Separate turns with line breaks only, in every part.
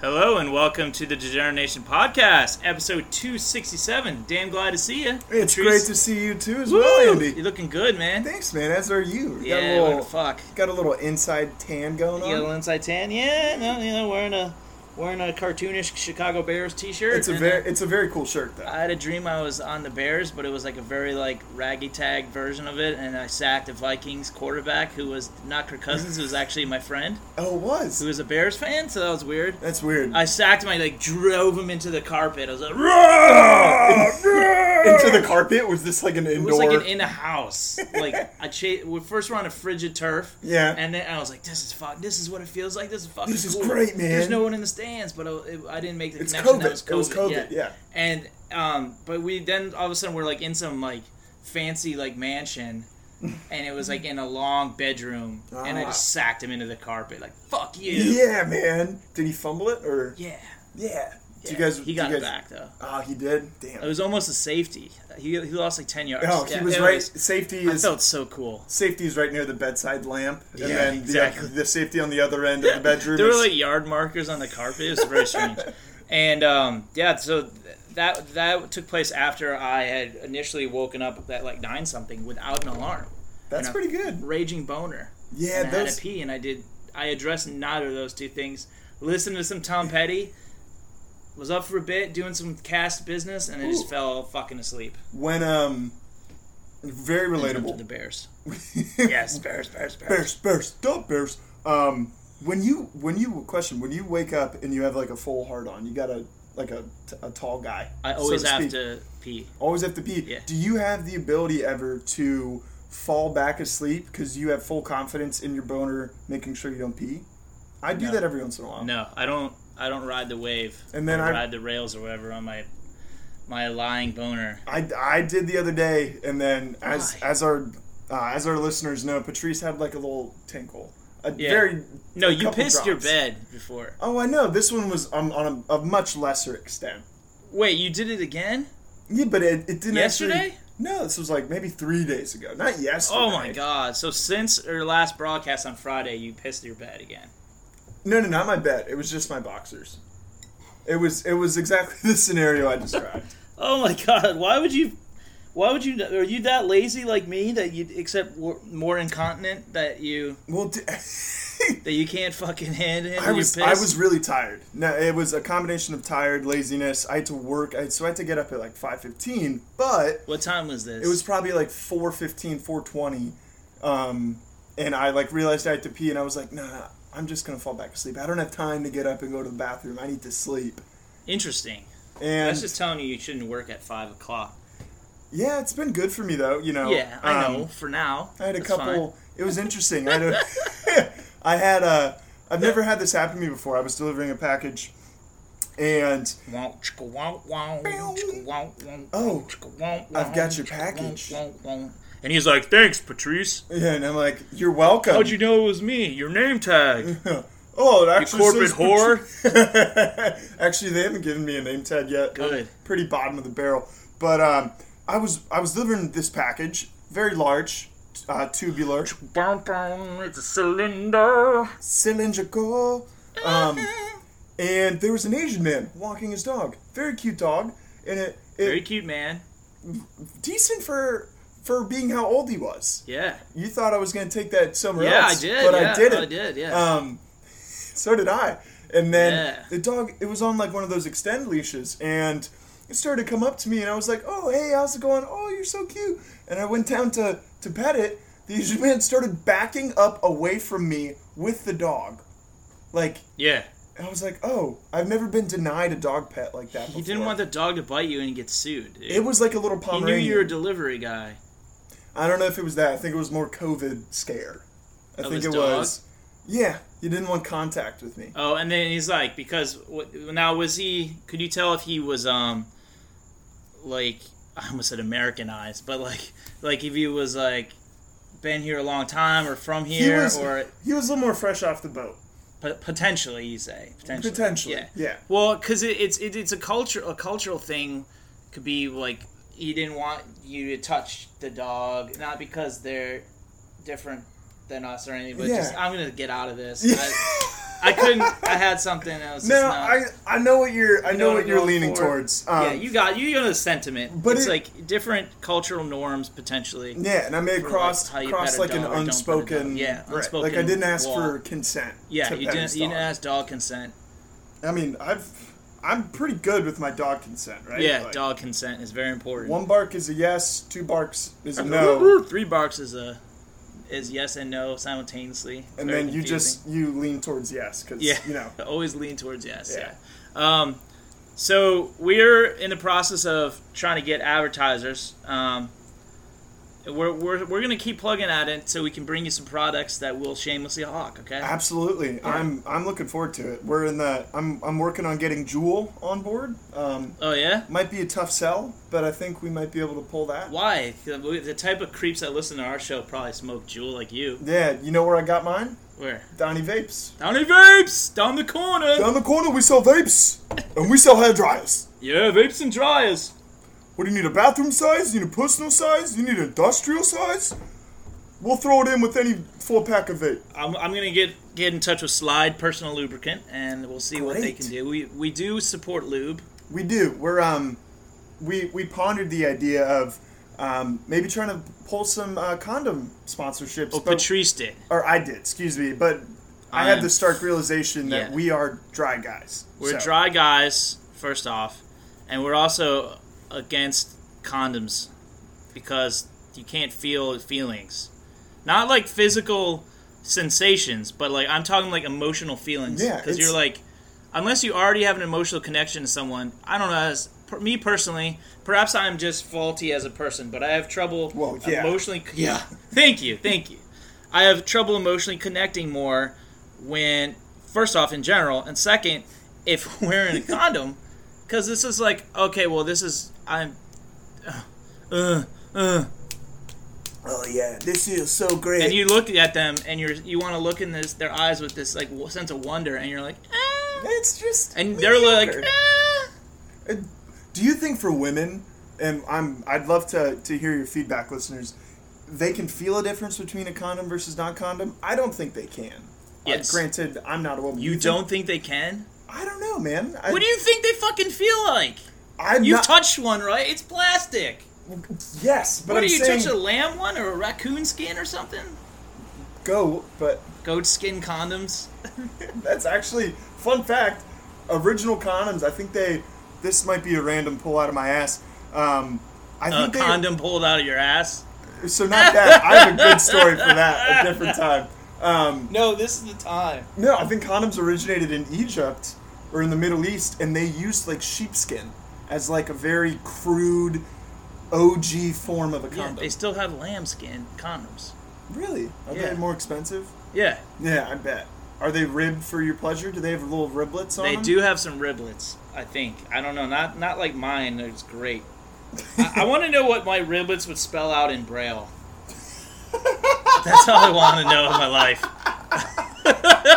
Hello and welcome to the Degeneration Podcast, episode 267. Damn glad to see you.
It's great to see you too, as well,
You're
Andy.
looking good, man.
Thanks, man. As are you. We
yeah,
got a
what
little
the fuck.
got a little inside tan going
You got a little
on.
inside tan? Yeah, no, you know, wearing a wearing a cartoonish Chicago Bears T-shirt.
It's a
and,
very
uh,
it's a very cool shirt though.
I had a dream I was on the Bears, but it was like a very like raggy tag version of it, and I sacked a Vikings quarterback who was not Kirk Cousins, who was actually my friend,
Oh, it
who
was.
was a Bears fan, so that was weird.
That's weird.
I sacked him. I like drove him into the carpet. I was like,
Into the carpet was this like an
It was
indoor?
like an in a house. Like I cha- we first we're on a frigid turf.
Yeah.
And then I was like, this is fuck. This is what it feels like. This is fucking.
This is
cool.
great, man.
There's no one in the stands, but I, it, I didn't make the
It's
connection. That
COVID.
was COVID.
It was COVID, yeah.
And um, but we then all of a sudden we're like in some like fancy like mansion. And it was like in a long bedroom, and I
Ah.
just sacked him into the carpet, like "fuck you."
yeah, man. Did he fumble it or? Yeah.
yeah.
Do you guys?
He
do
got
you
it
guys,
back though.
Ah, he did. Damn.
It was almost a safety. He, he lost like ten yards.
oh,
Yeah,
he was
it
right. safety
I
is
felt so cool.
safety is right near the bedside lamp, and
Yeah,
then the-
exactly.
the, safety on the other end of the bedroom.
There were
is-
like yard markers on the carpet. It was very strange. And um, yeah, so th- that that took place after I had initially woken up at like nine something without an alarm, you
that's
know,
pretty good.
raging boner.
Yeah,
and I had
those
a pee, and I did. I addressed neither of those two things. Listened to some Tom Petty. Was up for a bit doing some cast business, and I just
Ooh.
fell fucking asleep.
when um, very
Up to
relatable.
the Bears.
yes.
Yes, Bears, Bears, Bears.
Bears, bears, don't bears. Um, when you when you question when you wake up and you have like a full heart on, you got a like a, t- a tall guy.
I always
so
have
speak.
to pee.
always have to pee.
Yeah.
Do you have the ability ever to fall back asleep because you have full confidence in your boner, making sure you don't pee? I do
No.
that every once in a while.
No, I don't. I don't ride the wave.
And then
I
I-
ride the rails or whatever on my my lying boner.
I, I did the other day, and then as
Why?
as our uh, as our listeners know, Patrice had like a little tinkle, a
Yeah.
very
No,
a
you
couple
pissed your
drops.
bed before.
Oh, I know. This one was um, on a, a much lesser extent.
Wait, you did it again?
Yeah, but it, it didn't actually-
Yesterday?
no, this was like maybe three days ago. Not yesterday.
Oh my god! So since our last broadcast on Friday, you pissed your bed again.
No, no, not my bed. It was just my boxers. It was it was exactly the scenario I described.
Oh my god! Why would you? Why would you? Are you that lazy like me that you except wor- more incontinent that you
well, d-
that you can't fucking hand in
I
your
was
piss?
I was really tired. No, it was a combination of tired, laziness. I had to work, I, so I had to get up at like five fifteen. But
What time was this?
it was probably like 415 420 um, and i like realized i had to pee and i was like nah, nah i'm just gonna fall back asleep i don't have time to get up and go to the bathroom i need to sleep
interesting. I
and
was just telling you you shouldn't work at five o'clock.
yeah it's been good for me though you know
Yeah, I
um,
know. For now,
i had a
That's
couple
fine.
it was interesting i had a i had a i've never had this happen to me before i was delivering a package and
Womp, chicka, womp, womp, chicka, womp, womp,
Oh,
chicka, womp,
I've
womp,
got your
chicka,
package.
womp, womp, womp. And he's like, "Thanks, Patrice.
yeah, and i'm like you're welcome
How'd you know it was me? Your name tag,
oh it actually
corporate
says-
whore."
Actually, they haven't given me a name tag yet. They're
Good.
Pretty bottom of the barrel. But um, I was I was delivering this package, very large, uh, tubular,
Bum, bum, it's a cylinder.
cylindrical, um, and there was an Asian man walking his dog. Very cute dog, and it,
Very
it
cute, man.
decent for for being how old he was.
Yeah,
You thought I was going to take that somewhere
yeah, I
else,
did.
but
yeah,
I didn't.
I did. Yeah.
Um, so did I. And then
Yeah.
the dog, it was on like one of those extend leashes, and it started to come up to me, and I was like, "Oh, hey, how's it going? Oh, you're so cute." And I went down to to pet it. The Asian man started backing up away from me with the dog, like.
yeah.
I was like, "Oh, I've never been denied a dog pet like that."
You didn't want the dog to bite you and get sued. Dude.
It was like a little
he
Pomeranian.
knew you were a delivery guy.
I don't know if it was that. I think it was more COVID scare. I
Of
think
his
it
dog?
was. Yeah, you didn't want contact with me.
Oh, and then he's like, because what, now was he? Could you tell if he was um, like I almost said Americanized, but like like if he was like been here a long time or from
He
here
was,
or
he was a little more fresh off the boat.
p- potentially you say potentially
Potentially,
yeah
yeah.
well because it, it's it, it's a culture a cultural thing could be like he didn't want you to touch the dog not because they're different than us or anything but
Yeah.
just I'm gonna get out of this. I, I couldn't. I had something. I was
No,
just not,
I I know what you're I
You
know
know
what
what
you're
I'm going
leaning
for.
towards. Um,
yeah, you got you know the sentiment,
but
but it's
it-
like different cultural norms potentially.
yeah, and I may
For, like,
cross
how you
cross
pet a
like an
dog or don't pet a
unspoken
dog. Yeah,
right,
unspoken
like I didn't ask
law.
for consent.
Yeah,
to
you
pet
didn't
his
you didn't
dog.
ask dog consent.
I mean, I've I'm pretty good with my dog consent, right?
Yeah,
Like,
dog consent is very important.
One bark is a yes, two barks is a no,
Three barks is a is yes and no simultaneously. It's
and
very
then you
confusing.
just you lean towards yes because
yeah,
you know
always lean towards yes.
Yeah.
Yeah. Um, so we're in the process of trying to get advertisers. Um, we're, we're, we're gonna keep plugging at it so we can bring you some products that will shamelessly hawk. Okay.
absolutely. I'm I'm looking forward to it. We're in the I'm I'm working on getting Jewel on board. Um,
Oh yeah.
might be a tough sell, but I think we might be able to pull that.
Why? The, the type of creeps that listen to our show probably smoke jewel like you.
Yeah, you know where I got mine?
Where?
Donnie Vapes.
Down in vapes, down the corner.
Down the corner, we sell vapes, and we sell hair dryers.
Yeah, vapes and dryers.
What do you need? A bathroom size? You need a personal size? You need an industrial size? We'll throw it in with any four pack of vape.
I'm, I'm gonna get get in touch with Slide Personal Lubricant, and we'll see what they
Great.
can do. We we do support lube.
We do. We're um, we we pondered the idea of um, maybe trying to pull some uh, condom sponsorships.
Oh,
but-
Patrice did.
or I did. Excuse me, but I,
I
had
am-
the stark realization that
Yeah.
we are dry guys.
We're
So,
dry guys, first off, and we're also against condoms because you can't feel feelings, not like physical sensations, but like I'm talking like emotional feelings.
Yeah,
because
it's-
you're like, unless you already have an emotional connection to someone, I don't know. As per, me personally, perhaps I'm just faulty as a person, but I have trouble
Well, yeah.
emotionally. Yeah, thank you, thank you. I have trouble emotionally connecting more when, first off, in general, and second, if wearing a condom, because this is like, okay, well, this is I'm, uh, uh,
Oh yeah, this feels so great.
and you look at them and you're you want to look in this their eyes with this like w- sense of wonder, and you're like, ah,
it's just
and they're like,
mediocre.
ah.
Do you think for women, and I'm, I'd love to, to hear your feedback, listeners, they can feel a difference between a condom versus not condom? I don't think they can. Uh,
Yes.
granted, I'm not a woman.
you
think-
don't think they can?
I don't know, man. I,
What do you think they fucking feel like?
I'm
You've
not,
touched one, right? It's plastic.
yes, but
what
I'm
do you
saying
touch a lamb one or a raccoon skin or something?
go. But
Goat skin condoms.
that's actually fun fact. Original condoms. I think they. This might be a random pull out of my ass. Um, I
A
think they,
condom pulled out of your ass.
So not that. I have a good story for that. A different time. Um,
No, this is the time.
No, I think condoms originated in Egypt or in the Middle East, and they used like sheepskin as like a very crude OG form of a
Yeah,
condom.
they still have lambskin condoms.
really? Are
Yeah.
they more expensive?
Yeah,
Yeah, I bet. Are they ribbed for your pleasure? Do they have little riblets on
they
them?
do have some riblets. I think. I don't know. Not not like mine. It's great. I, I want to know what my riblets would spell out in braille. That's all I want to know in my life.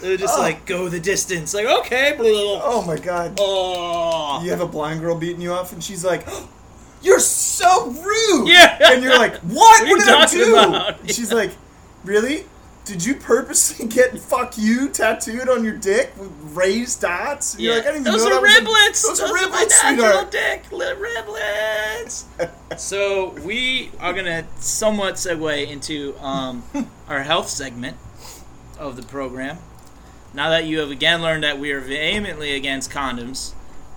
They're just like go the distance. Like okay, blah.
Oh my god.
Oh.
You have a blind girl beating you off, and she's like, "Oh, "You're so rude."
Yeah.
And you're like, "What?
What are you
What did I
talking
do?"
about?
And she's like, "Really? Did you purposely get fuck you tattooed on your dick with raised dots?" And You're like, "I didn't even
those
know
are
that was a-
riblets.
Those, are
my
riblets,
natural
sweetheart."
dick li- riblets. so we are gonna somewhat segue into um, our health segment of the program. Now that you have again learned that we are vehemently against condoms,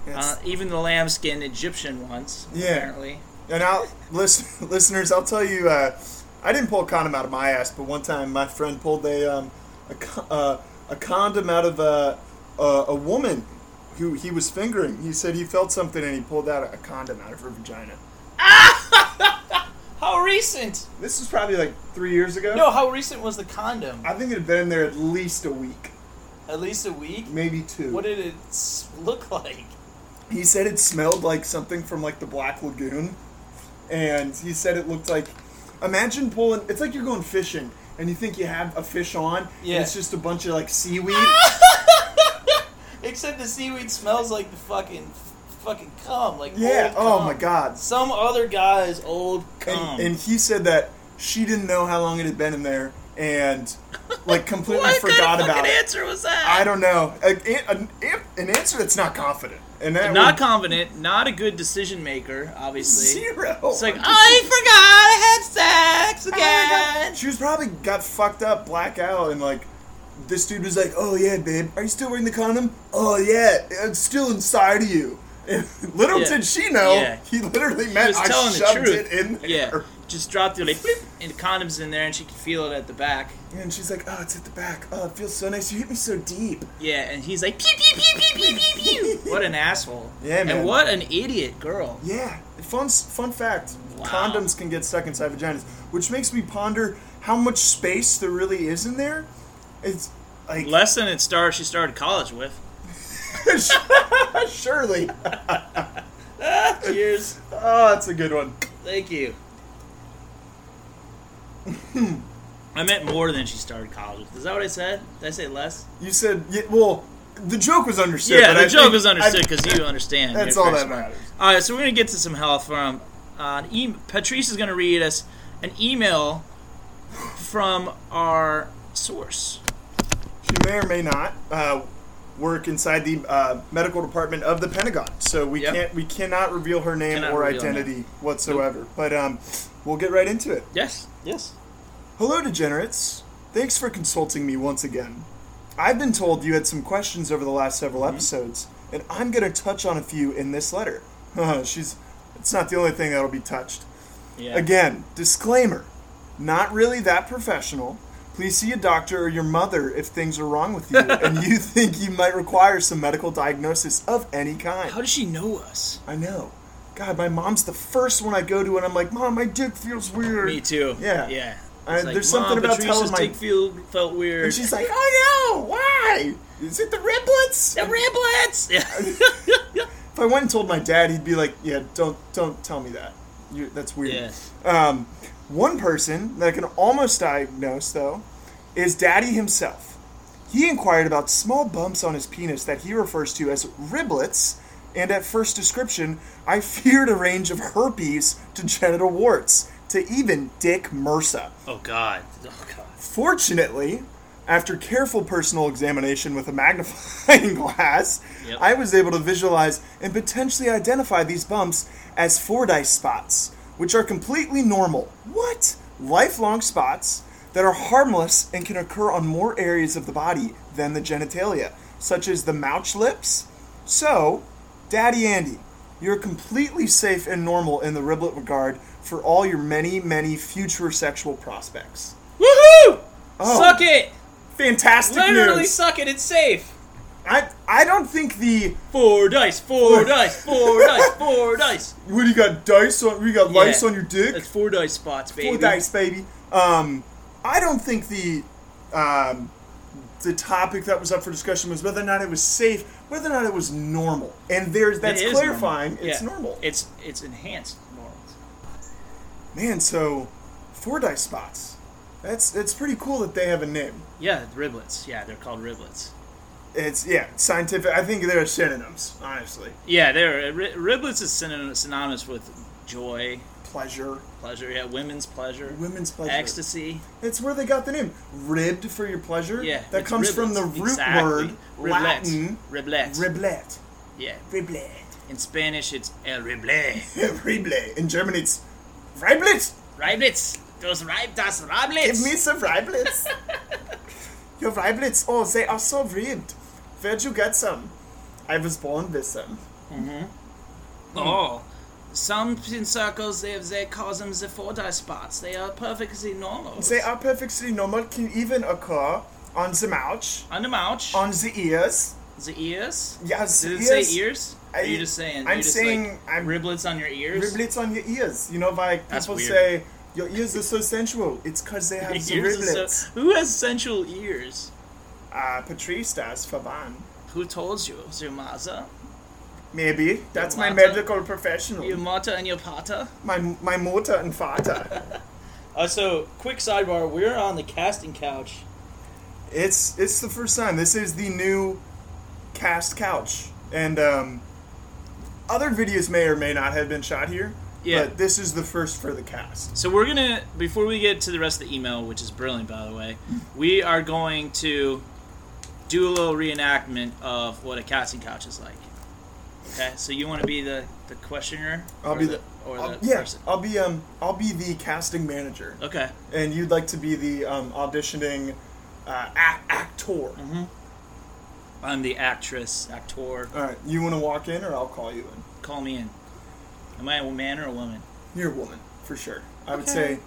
uh,
Yes.
even the lambskin Egyptian ones,
Yeah.
apparently.
and I'll listen, listeners. I'll tell you, uh, I didn't pull a condom out of my ass, but one time my friend pulled a um, a, co- uh, a condom out of a, a a woman who he was fingering. He said he felt something, and he pulled out a condom out of her vagina.
How recent?
This was probably like three years ago.
No, how recent was the condom?
I think it had been in there at least a week,
At least a week.
maybe two.
What did it s- look like?
he said it smelled like something from like the Black Lagoon, and he said it looked like. Imagine pulling. It's like you're going fishing, and you think you have a fish on,
Yeah.
and it's just a bunch of like seaweed.
Ah! Except the seaweed smells like the fucking fucking cum, like
yeah.
Old
Oh
cum.
my God.
Some other guy's old cum.
And, and he said that she didn't know how long it had been in there, and like completely
what
forgot
kind of
about
fucking
it.
answer was
I
that?
don't know. A, a- an, an answer that's not confident. And that
not
would-
confident, not a good decision maker, obviously.
zero.
It's like I forgot I had sex again.
She was probably got fucked up, blackout, and like this dude was like, "Oh yeah, babe, are you still wearing the condom? Oh yeah, it's still inside of you." little
Yeah.
did she know,
Yeah.
he literally
He
meant
was
I
telling the
shoved
truth.
it in there.
Yeah, just dropped it like bloop, and the condoms in there, and she could feel it at the back.
And she's like, "Oh, it's at the back. Oh, it feels so nice. You hit me so deep."
Yeah, and he's like pew pew pew pew pew pew pew. What an asshole!
Yeah, man.
And what an idiot girl.
Yeah. Fun fun fact:
Wow.
condoms can get stuck inside vaginas, which makes me ponder how much space there really is in there. It's like
Less than it started. She started college with.
surely.
Cheers.
Oh, that's a good one.
Thank you. I meant more than she started college with. Is that what I said? Did I say less?
You said, yeah, well, the joke was understood.
yeah,
but
the
I
joke
think-
is understood
I-
because you understand.
That's
You're
all
correct.
that matters.
All right, so we're gonna get to some health from uh, an e- Patrice is gonna read us an email from our source.
She may or may not uh, work inside the uh, medical department of the Pentagon, so we
Yep.
can't we cannot reveal her name
Cannot
or
reveal
identity whatsoever. But um, we'll get right into it.
Yes. Yes.
Hello, degenerates. Thanks for consulting me once again. I've been told you had some questions over the last several
Mm-hmm.
episodes, and I'm going to touch on a few in this letter. She's. It's not the only thing that'll be touched.
Yeah.
Again, disclaimer not really that professional. Please see a doctor or your mother if things are wrong with you and you think you might require some medical diagnosis of any kind.
How does she know us?
I know. God, my mom's the first one I go to, and I'm like, Mom, my dick feels weird.
Me too.
Yeah.
Yeah.
I-
It's like,
there's something
"Mom,
about
Patrice's
telling my-
dick feel- felt weird.
And she's like, Oh no, why? Is it the riblets?
the riblets. Yeah.
If I went and told my dad, he'd be like, Yeah, don't don't tell me that. You, that's weird.
Yeah.
Um, one person that I can almost diagnose, though, is Daddy himself. He inquired about small bumps on his penis that he refers to as riblets, and at first description, I feared a range of herpes to genital warts, to even Dick MRSA.
Oh God. Oh God.
Fortunately, after careful personal examination with a magnifying glass,
Yep.
I was able to visualize and potentially identify these bumps as Fordyce spots, which are completely normal. What? Lifelong spots that are harmless and can occur on more areas of the body than the genitalia, such as the mouch lips. So, Daddy Andy, you're completely safe and normal in the riblet regard for all your many, many future sexual prospects.
Woohoo!
Oh.
Suck it.
Fantastic
Literally
news.
suck it. It's safe.
I I don't think the
Four dice. Four dice. Four dice. Four dice.
what do you got dice on you got lice on your dick?
That's four dice spots, baby.
Four dice, baby. Um, I don't think the um, the topic that was up for discussion was whether or not it was safe, whether or not it was normal. And there's
It
that's
is
clarifying.
normal.
It's
Yeah.
normal.
It's it's enhanced normal.
Man, so four dice spots. That's it's pretty cool that they have a name.
Yeah, riblets. Yeah, they're called riblets.
It's yeah, it's scientific. I think they're synonyms, honestly.
Yeah, they're uh, ri- riblets is synonym, synonymous with joy,
Pleasure,
pleasure. Yeah, women's pleasure,
women's pleasure,
ecstasy.
It's where they got the name ribbed for your pleasure.
Yeah,
that
it's
comes
riblets.
from the root
Exactly.
word
Riblet.
Latin
Riblet.
riblet.
yeah.
Riblet.
In Spanish, it's el riblet.
riblet. In German, it's riblet.
Riblets. Those rib das riblets.
Give me some riblets. your riblets. Oh, they are so ribbed. Where'd you get some? I was born with them.
Oh. Some in circles, they, they call them the four dice spots. They are perfectly normal.
They are perfectly normal. Can even occur on the mouth,
on the mouth,
on the ears.
the ears.
Yes,
Did it
ears.
say ears?
I-
Or you're just saying.
I'm
you're just
saying-
like,
I'm-
riblets on your ears.
Riblets on your ears. You know, like
That's
people
weird.
say, your ears are so sensual. It's because they have the
Your ears are so-
riblets.
who has sensual ears?
Uh, Patrice does for Van.
Who told you, your mother,
Maybe. That's my
Mata?
medical professional.
your mother and your pater?
my, my Mutter and Vater.
Uh, so, quick sidebar: we're on the casting couch.
it's it's the first time. This is the new cast couch. And um, other videos may or may not have been shot here,
Yeah.
But this is the first for the cast.
So we're gonna before we get to the rest of the email, which is brilliant by the way, we are going to do a little reenactment of what a casting couch is like. Okay, so you want to be the the questioner?
I'll
Or
be the,
or
I'll-
the
yeah,
person.
I'll be um I'll be the casting manager,
Okay,
and you'd like to be the um, auditioning uh, ac actor.
Mm-hmm. I'm the actress, actor.
All right, you want to walk in, or I'll call you in.
Call me in. Am I a man or a woman?
You're a woman for sure. I would
Okay.
say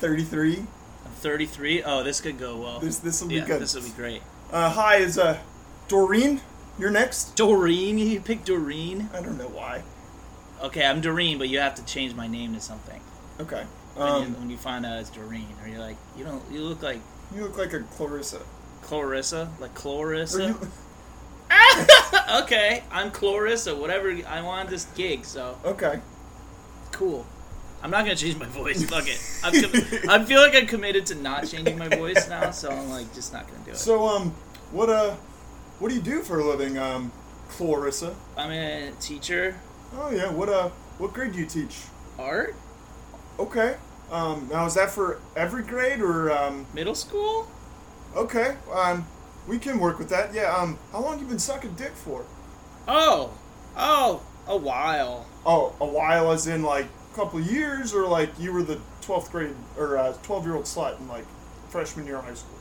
thirty-three.
I'm 33. Oh, this could go well.
This this will be
yeah,
good.
this will be great.
Uh, hi, is uh Doreen? You're next.
Doreen, you picked Doreen.
I don't know why.
Okay, I'm Doreen, but you have to change my name to something.
Okay.
When,
Um,
you, when you find out it's Doreen, or you're like, you don't, you look like
you look like a Clarissa.
Clarissa, like
Or
Clarissa.
you-
okay, I'm Clarissa. Whatever. I want this gig, so
okay.
cool. I'm not gonna change my voice. Fuck it. I'm com- I feel like I'm committed to not changing my voice now, so I'm like just not gonna do it.
So um, what uh, what do you do for a living, um, Clarissa?
I'm a teacher,
Oh yeah, what uh, what grade do you teach?
art,
Okay. Um, now is that for every grade or um?
middle school.
Okay. Um, we can work with that. Yeah. Um, how long you been sucking dick for?
Oh, oh, a while.
Oh, a while, as in like a couple years, or like you were the twelfth grade or uh, twelve year old slut in like freshman year of high school.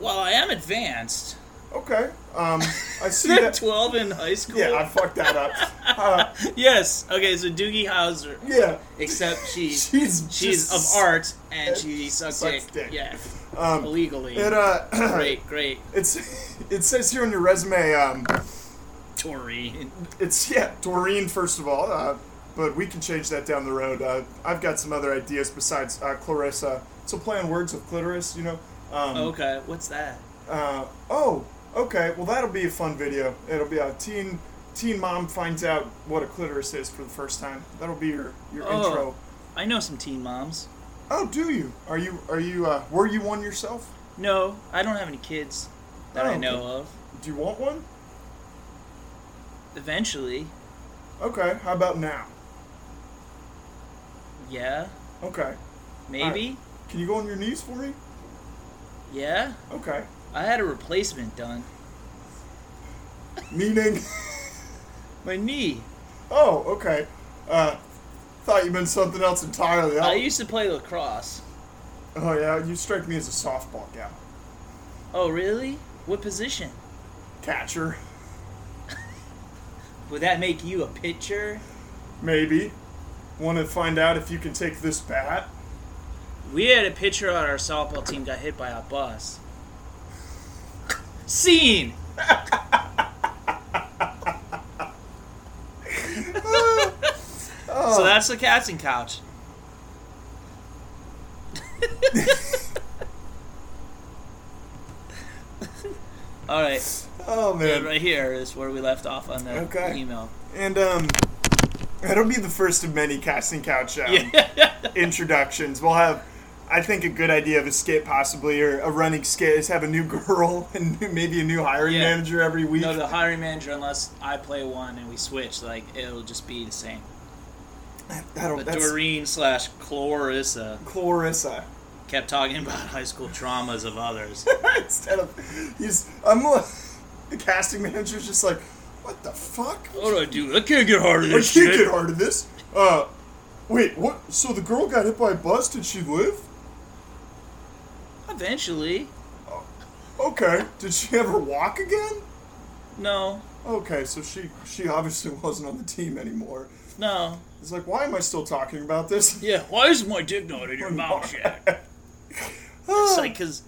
Well, I am advanced.
Okay. Um, I see
They're
that.
12 in high school.
Yeah, I fucked that up. Uh,
yes. Okay, so Doogie Howser,
yeah.
except she's
She's
she's
just-
of art and she
uh,
sucks,
sucks
dick.
dick.
Yeah,
Um,
illegally.
it uh,
great, great,
it's it says here on your resume. Um,
Tory.
It's yeah, Doreen first of all, uh, but we can change that down the road. Uh, I've got some other ideas besides uh, Clarissa. So play on words with clitoris, you know. Um,
Okay, what's that?
uh, oh, okay. Well, that'll be a fun video. It'll be a teen teen mom finds out what a clitoris is for the first time. That'll be your your
Oh.
intro.
I know some teen moms.
Oh, do you? Are you are you uh, were you one yourself?
No, I don't have any kids that I
Oh,
know of.
Do you want one?
Eventually,
Okay. How about now?
yeah,
Okay.
maybe,
Can you go on your knees for me?
yeah.
Okay.
I had a replacement done.
Meaning.
My knee.
Oh, okay. Uh, thought you meant something else entirely.
I
I-
used to play lacrosse.
oh yeah, you strike me as a softball guy.
Oh, really? What position?
Catcher,
Would that make you a pitcher?
maybe. Want to find out if you can take this bat?
We had a pitcher on our softball team got hit by a bus. Scene.
Oh,
So that's the casting couch. All right,
Oh man.
and right here is where we left off on the
Okay.
email.
And um, that'll be the first of many casting couch um, introductions. We'll have, I think, a good idea of a skit possibly or a running skit is have a new girl and maybe a new hiring
Yeah.
manager every week.
No, the hiring manager, unless I play one and we switch, like it'll just be the same.
that'll
But
that's
Doreen slash Clarissa
Clarissa.
kept talking about high school traumas of others.
instead of he's I'm like the casting manager's just like, what the fuck?
what do I do? I can't get hard of
I
this
can't
Oh, shit.
get hard of this. Uh, wait, what? So the girl got hit by a bus? Did she live?
Eventually,
Okay. Did she ever walk again?
no,
Okay, so she she obviously wasn't on the team anymore.
no,
It's like, why am I still talking about this?
yeah. Why is my dick not in your mouth, Jack?
Ah,
It's like because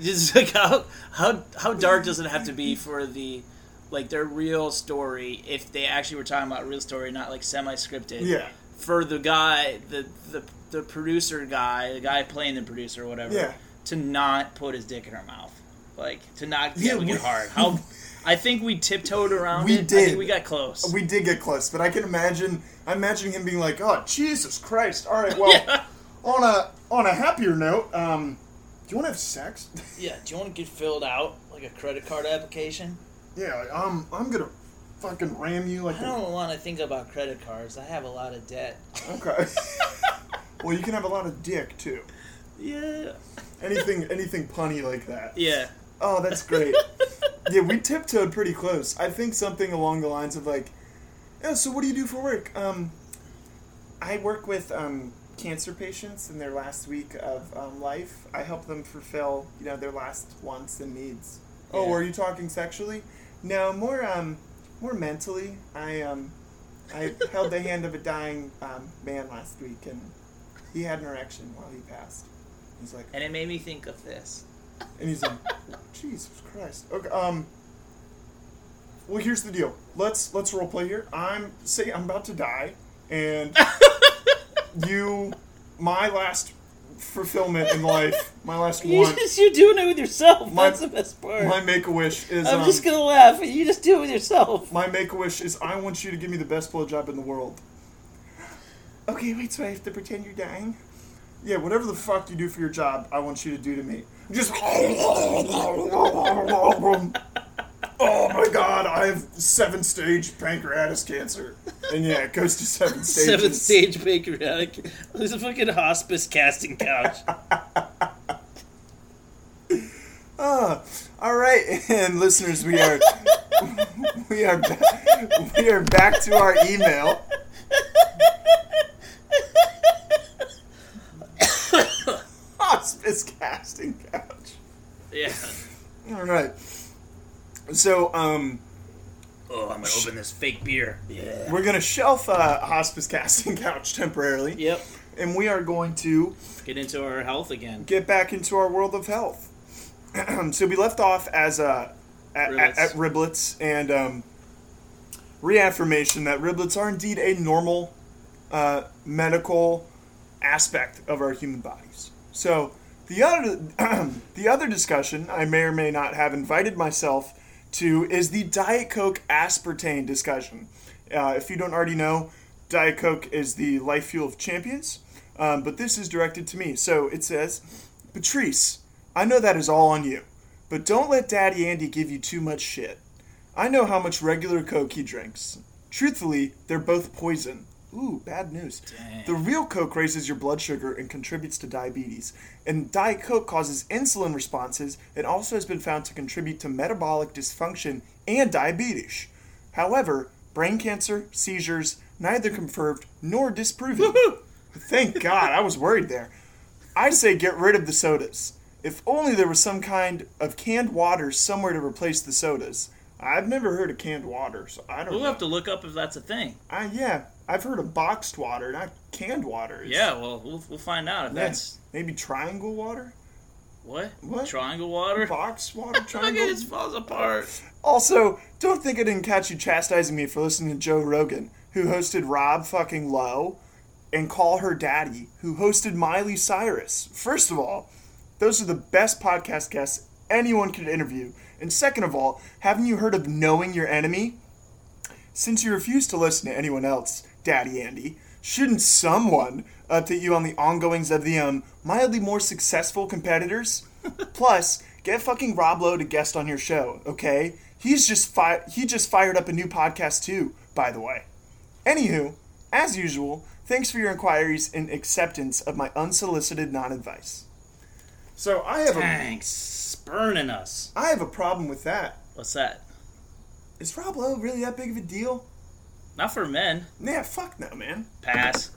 it's like how how how dark does it have to be for the like their real story if they actually were talking about real story, not like semi scripted.
yeah,
For the guy, the the the producer guy, the guy playing the producer, or whatever,
Yeah.
to not put his dick in her mouth, like to not
Yeah,
get
we-
it hard. How I think we tiptoed around.
We
it. I think
did.
we got close.
we did get close, but I can imagine. I imagine him being like, oh Jesus Christ! All right, well, on a on a happier note, um, do you want to have sex?
yeah. Do you want to get filled out like a credit card application?
Yeah, um, I'm gonna fucking ram you like.
I don't want to think about credit cards. I have a lot of debt.
Okay. well, you can have a lot of dick too.
Yeah.
Anything, anything punny like that.
Yeah.
Oh, that's great. yeah, we tiptoed pretty close. I think something along the lines of like, yeah. So what do you do for work? Um, I work with um, cancer patients in their last week of um, life. I help them fulfill you know their last wants and needs. Oh,
Yeah.
are you talking sexually? No, more um, more mentally. I um, I held the hand of a dying um, man last week, and he had an erection while he passed. He's like,
And it made me think of this.
and he's like, Jesus Christ. Okay. Um. Well, here's the deal. Let's let's role play here. I'm say I'm about to die, and you, my last fulfillment in life, my last
You
one,
just, you're doing it with yourself.
My-
That's the best part.
my make a wish is
I'm
um,
just gonna laugh. You just do it with yourself.
my make a wish is I want you to give me the best blowjob in the world. Okay, wait. So I have to pretend you're dying. Yeah, whatever the fuck you do for your job, I want you to do to me. Just. oh my god, I have seven stage pancreatic cancer. And yeah, it goes to seven stages.
Seventh stage pancreatic. There's a fucking hospice casting couch.
Ah, all right, and listeners, we are we are ba- we are back to our email. Hospice casting couch.
yeah.
All right. So, um,
Oh, I'm gonna open this fake beer. Yeah.
we're gonna shelf uh, hospice casting couch temporarily,
Yep.
and we are going to
Get into our health again.
get back into our world of health. so we left off as uh, at,
Riblets.
At, at riblets and um, reaffirmation that riblets are indeed a normal uh, medical aspect of our human bodies. So the other the other discussion I may or may not have invited myself to is the Diet Coke aspartame discussion. Uh, if you don't already know, Diet Coke is the life fuel of champions, um, but this is directed to me. So it says, Patrice, I know that is all on you, but don't let Daddy Andy give you too much shit. I know how much regular Coke he drinks. Truthfully, they're both poison. Ooh, bad news. The real Coke raises your blood sugar and contributes to diabetes. And Diet Coke causes insulin responses and also has been found to contribute to metabolic dysfunction and diabetes. However, brain cancer, seizures, neither confirmed nor disproven. Thank God, I was worried there. I say get rid of the sodas. If only there was some kind of canned water somewhere to replace the sodas. I've never heard of canned water, so I don't
We'll
know.
have to look up if that's a thing.
I, yeah, I've heard of boxed water, not canned water. It's-
Yeah. Well, we'll, we'll find out if
yeah,
that's
maybe triangle water,
what.
What?
Triangle water.
box water,
Look,
triangle.
it just falls apart.
Also, don't think I didn't catch you chastising me for listening to Joe Rogan, who hosted Rob fucking Lowe, and Call Her Daddy, who hosted Miley Cyrus. First of all, those are the best podcast guests anyone could interview. And second of all, haven't you heard of Knowing Your Enemy? Since you refuse to listen to anyone else, Daddy Andy, shouldn't someone update you on the ongoings of the um, mildly more successful competitors? Plus, get fucking Rob Lowe to guest on your show, okay? He's just fi- he just fired up a new podcast too, by the way. Anywho, as usual, thanks for your inquiries and acceptance of my unsolicited non-advice. So I have a
Thanks, spurning us.
I have a problem with that.
What's that?
Is Rob Lowe really that big of a deal?
Not for men.
Nah, fuck no, man.
Pass.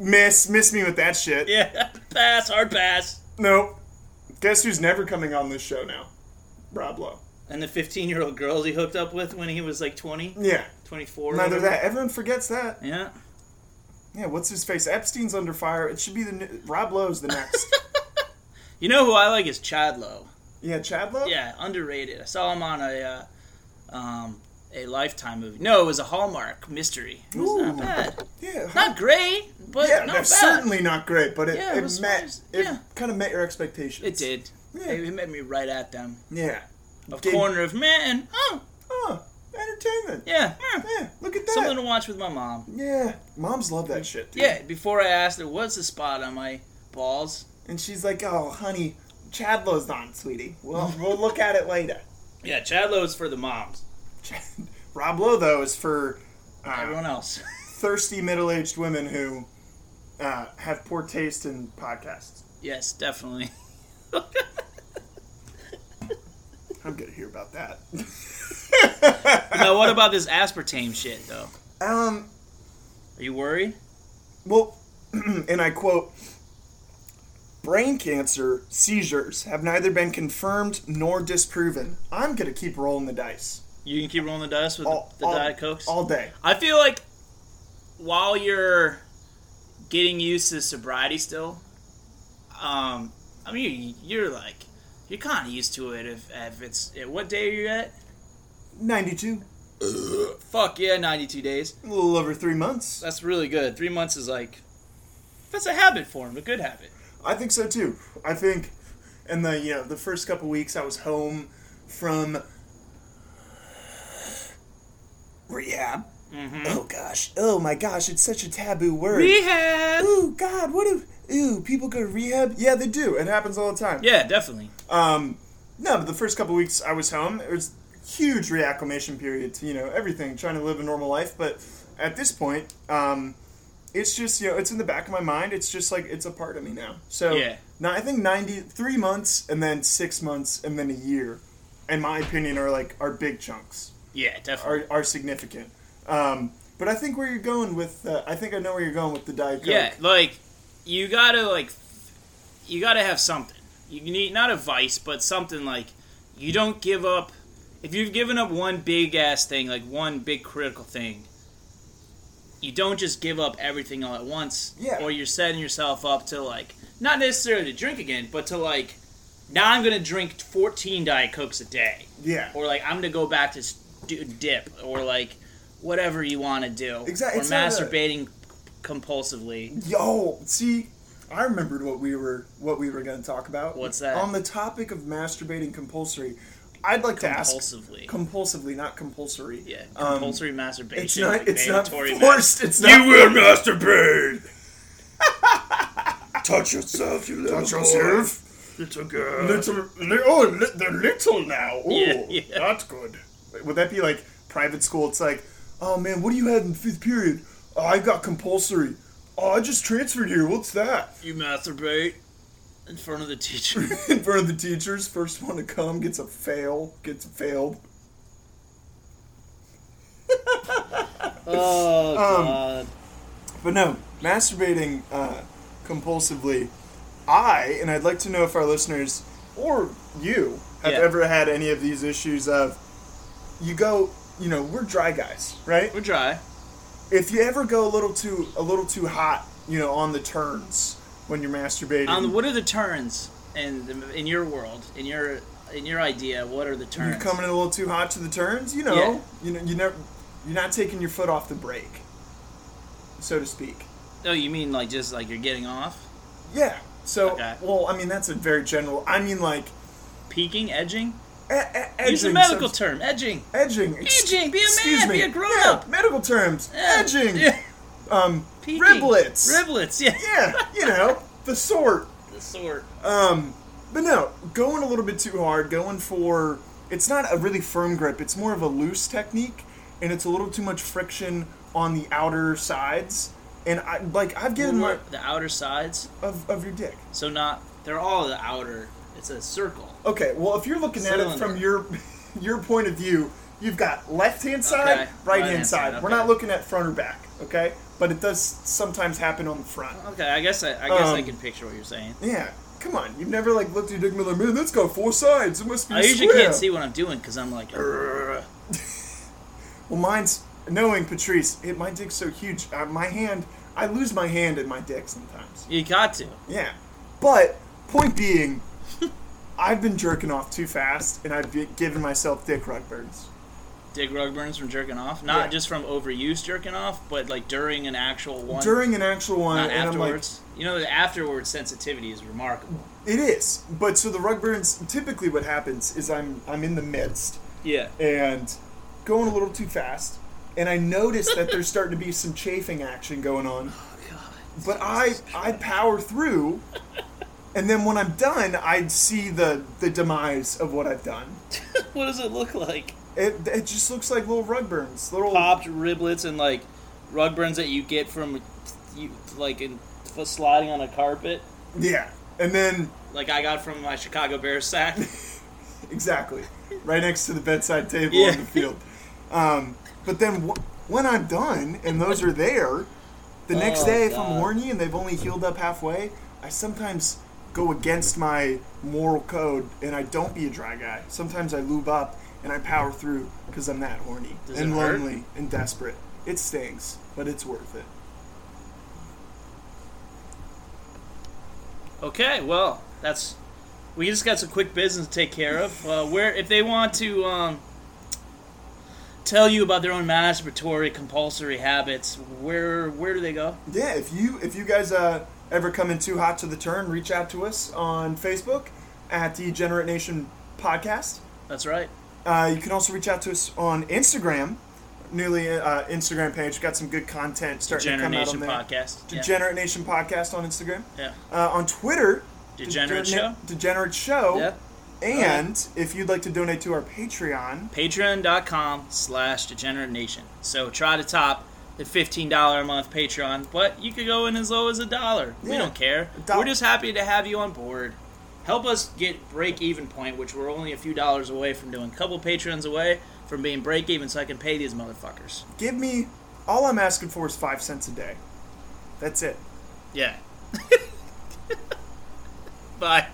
Miss, miss me with that shit.
Yeah. Pass. Hard pass.
Nope. Guess who's never coming on this show now? Rob Lowe.
And the 15 year old girls he hooked up with when he was like 20,
Yeah.
24.
Neither
whatever.
that. Everyone forgets that.
Yeah.
Yeah. What's his face? Epstein's under fire. It should be the n- Rob Lowe's the next.
You know who I like is Chad Lowe.
yeah, Chad Lowe.
Yeah, underrated. I saw him on a uh, um, a Lifetime movie. No, it was a Hallmark mystery. It was not
Ooh.
bad.
Yeah. huh?
Not great, but
yeah.
not
no,
bad.
certainly not great, but it,
Yeah, it
it,
was-
met. It
yeah.
kind of met your expectations.
It did.
Yeah.
It, it made me right at them.
Yeah.
A
Did-
corner of man. Oh,
Oh, entertainment.
yeah. mm,
Yeah. Look at that.
Something to watch with my mom.
yeah. Moms love that shit. Dude.
Yeah. Before I asked her, what's the spot on my balls?
And she's like, "Oh, honey, Chad Lowe's on, sweetie. Well, we'll look at it later."
Yeah, Chad Lowe's for the moms.
Chad, Rob Lowe though is for uh,
Everyone else.
thirsty middle-aged women who uh, have poor taste in podcasts.
yes, definitely.
I'm gonna hear about that.
now, what about this aspartame shit, though?
Um,
Are you worried?
well, and I quote: "Brain cancer seizures have neither been confirmed nor disproven." I'm gonna keep rolling the dice
You can keep rolling the dice with
all
the, the
all-
Diet Cokes?
all day.
I feel like while you're getting used to sobriety still, um, I mean, you're like, you're kind of used to it if, if it's, eh, what day are you at?
Ninety-two,
Fuck yeah, 92 days.
a little over three months.
That's really good. Three months is like, that's a habit for him, a good habit.
I think so too. I think in the you know the first couple weeks I was home from rehab. Oh gosh. Oh my gosh. It's such a taboo word.
Rehab!
Ooh God. What if? Ooh, people go to rehab. Yeah, they do. It happens all the time.
Yeah, definitely.
Um, no, but the first couple weeks I was home, it was a huge reacclimation period to you know everything, trying to live a normal life. But at this point, um, it's just you know it's in the back of my mind. It's just like it's a part of me now. So
Yeah.
no, I think ninety three months and then six months and then a year, in my opinion, are like are big chunks,
Yeah, definitely.
are are significant. Um, but I think where you're going with, uh, I think I know where you're going with the diet coke.
Yeah, like you gotta like f- you gotta have something. You need not a vice, but something like you don't give up. If you've given up one big ass thing, like one big critical thing, you don't just give up everything all at once.
Yeah.
Or you're setting yourself up to like not necessarily to drink again, but to like now I'm gonna drink 14 diet cokes a day,
yeah.
or like I'm gonna go back to s- do- dip, or like whatever you want to do.
Exact-
Or
it's not a-
masturbating compulsively.
Yo, see, I remembered what we were what we were going to talk about.
What's that?
On the topic of masturbating compulsory, I'd like
compulsively.
to ask compulsively, not compulsory.
yeah,
Um,
compulsory masturbation.
it's not.
like
It's not
mandatory mas-
forced. It's not.
will masturbate. Touch yourself, you little
Touch
boy.
yourself.
little girl.
Little-
li- oh, li- they're little now. Ooh,
Yeah, yeah.
that's good.
Would that be like private school? It's like, oh man, what do you have in fifth period? Oh, I got compulsory. Oh, I just transferred here. What's that?
You masturbate in front of the teacher.
In front of the teachers, first one to come gets a fail. Gets failed.
oh
Um,
god.
But no, masturbating uh, compulsively, I, and I'd like to know if our listeners or you have
Yeah.
ever had any of these issues of you go, you know, we're dry guys, right?
We're dry.
If you ever go a little too a little too hot, you know, on the turns when you're masturbating.
On the, Um, what are the turns in the, in your world? In your in your idea, what are the turns?
you're coming in a little too hot to the turns, you know,
Yeah.
you know, you never you're not taking your foot off the brake, so to speak.
oh, you mean like just like you're getting off,
Yeah. So,
Okay.
well, I mean, that's a very general. I mean, like,
peeking, edging?
e- e-
Use a
edging
medical
some-
term, edging.
Edging. Ex-
Edging, be a man,
excuse me.
be a grown
yeah,
up.
Medical terms. Edging.
Yeah.
Um,
Peeking.
riblets.
Riblets, yeah.
yeah, you know, the sort.
The sort.
Um, but no, going a little bit too hard, going for it's not a really firm grip. It's more of a loose technique, and it's a little too much friction on the outer sides. And I like I've given my
the outer sides.
of, of your dick.
So not they're all the outer. It's a circle.
Okay, well, if you're looking at it
Cylinder.
from your your point of view, you've got left hand side,
Okay,
right
right-hand
hand side.
side,
We're
okay.
not looking at front or back, okay? But it does sometimes happen on the front.
Okay, I guess I, I guess I
Um,
can picture what you're saying.
Yeah, come on, you've never like looked at your dick and been like, man, that's got four sides. It must be.
I
a
usually
square."
can't see what I'm doing because I'm like, "Arrgh."
Well, mine's knowing Patrice. It, my dick's so huge. Uh, my hand, I lose my hand in my dick sometimes.
you got to.
Yeah, but point being, I've been jerking off too fast, and I've gi- given myself dick rug burns.
Dig rug burns from jerking off, not
Yeah.
just from overuse jerking off, but like during an actual one,
During an actual one,
not
and I'm like,
afterwards. you know, the afterwards sensitivity is remarkable.
It is, but so the rug burns. Typically, what happens is I'm I'm in the midst
Yeah,
and going a little too fast, and I notice that there's starting to be some chafing action going on.
Oh,
But I I power through, and then when I'm done, I see the the demise of what I've done.
what does it look like?
It, it just looks like little rug burns, little
popped riblets and like rug burns that you get from you like in, for sliding on a carpet,
yeah. And then
like I got from my Chicago Bears sack.
exactly right next to the bedside table
Yeah.
on the field. Um, but then w- when I'm done and those are there, the next
Oh,
day if
God.
I'm horny and they've only healed up halfway, I sometimes go against my moral code and I don't be a dry guy. Sometimes I lube up and I power through because I'm that horny
Does
and
it hurt?
lonely and desperate. It stings, but it's worth it.
Okay, well that's we just got some quick business to take care of. Uh, where if they want to um, tell you about their own masturbatory compulsory habits, where where do they go?
Yeah, if you if you guys uh, ever come in too hot to the turn, reach out to us on Facebook at the Generate Nation Podcast.
That's right.
Uh, you can also reach out to us on Instagram, newly uh, Instagram page. Got some good content starting to
Degenerate
come out on
Nation
there.
podcast. Yeah.
Degenerate Nation Podcast on Instagram.
yeah.
Uh, on Twitter,
Degenerate
Degenerate-
show.
Degenerate Show.
Yeah.
And if you'd like to donate to our Patreon,
patreon.com slash degenerate nation so try to top the $15 a month patreon but you could go in as low as a dollar we
Yeah.
don't care
A dollar.
we're just happy to have you on board help us get break even point which we're only a few dollars away from doing a couple patrons away from being break even so i can pay these motherfuckers
give me all I'm asking for is five cents a day. That's it.
yeah bye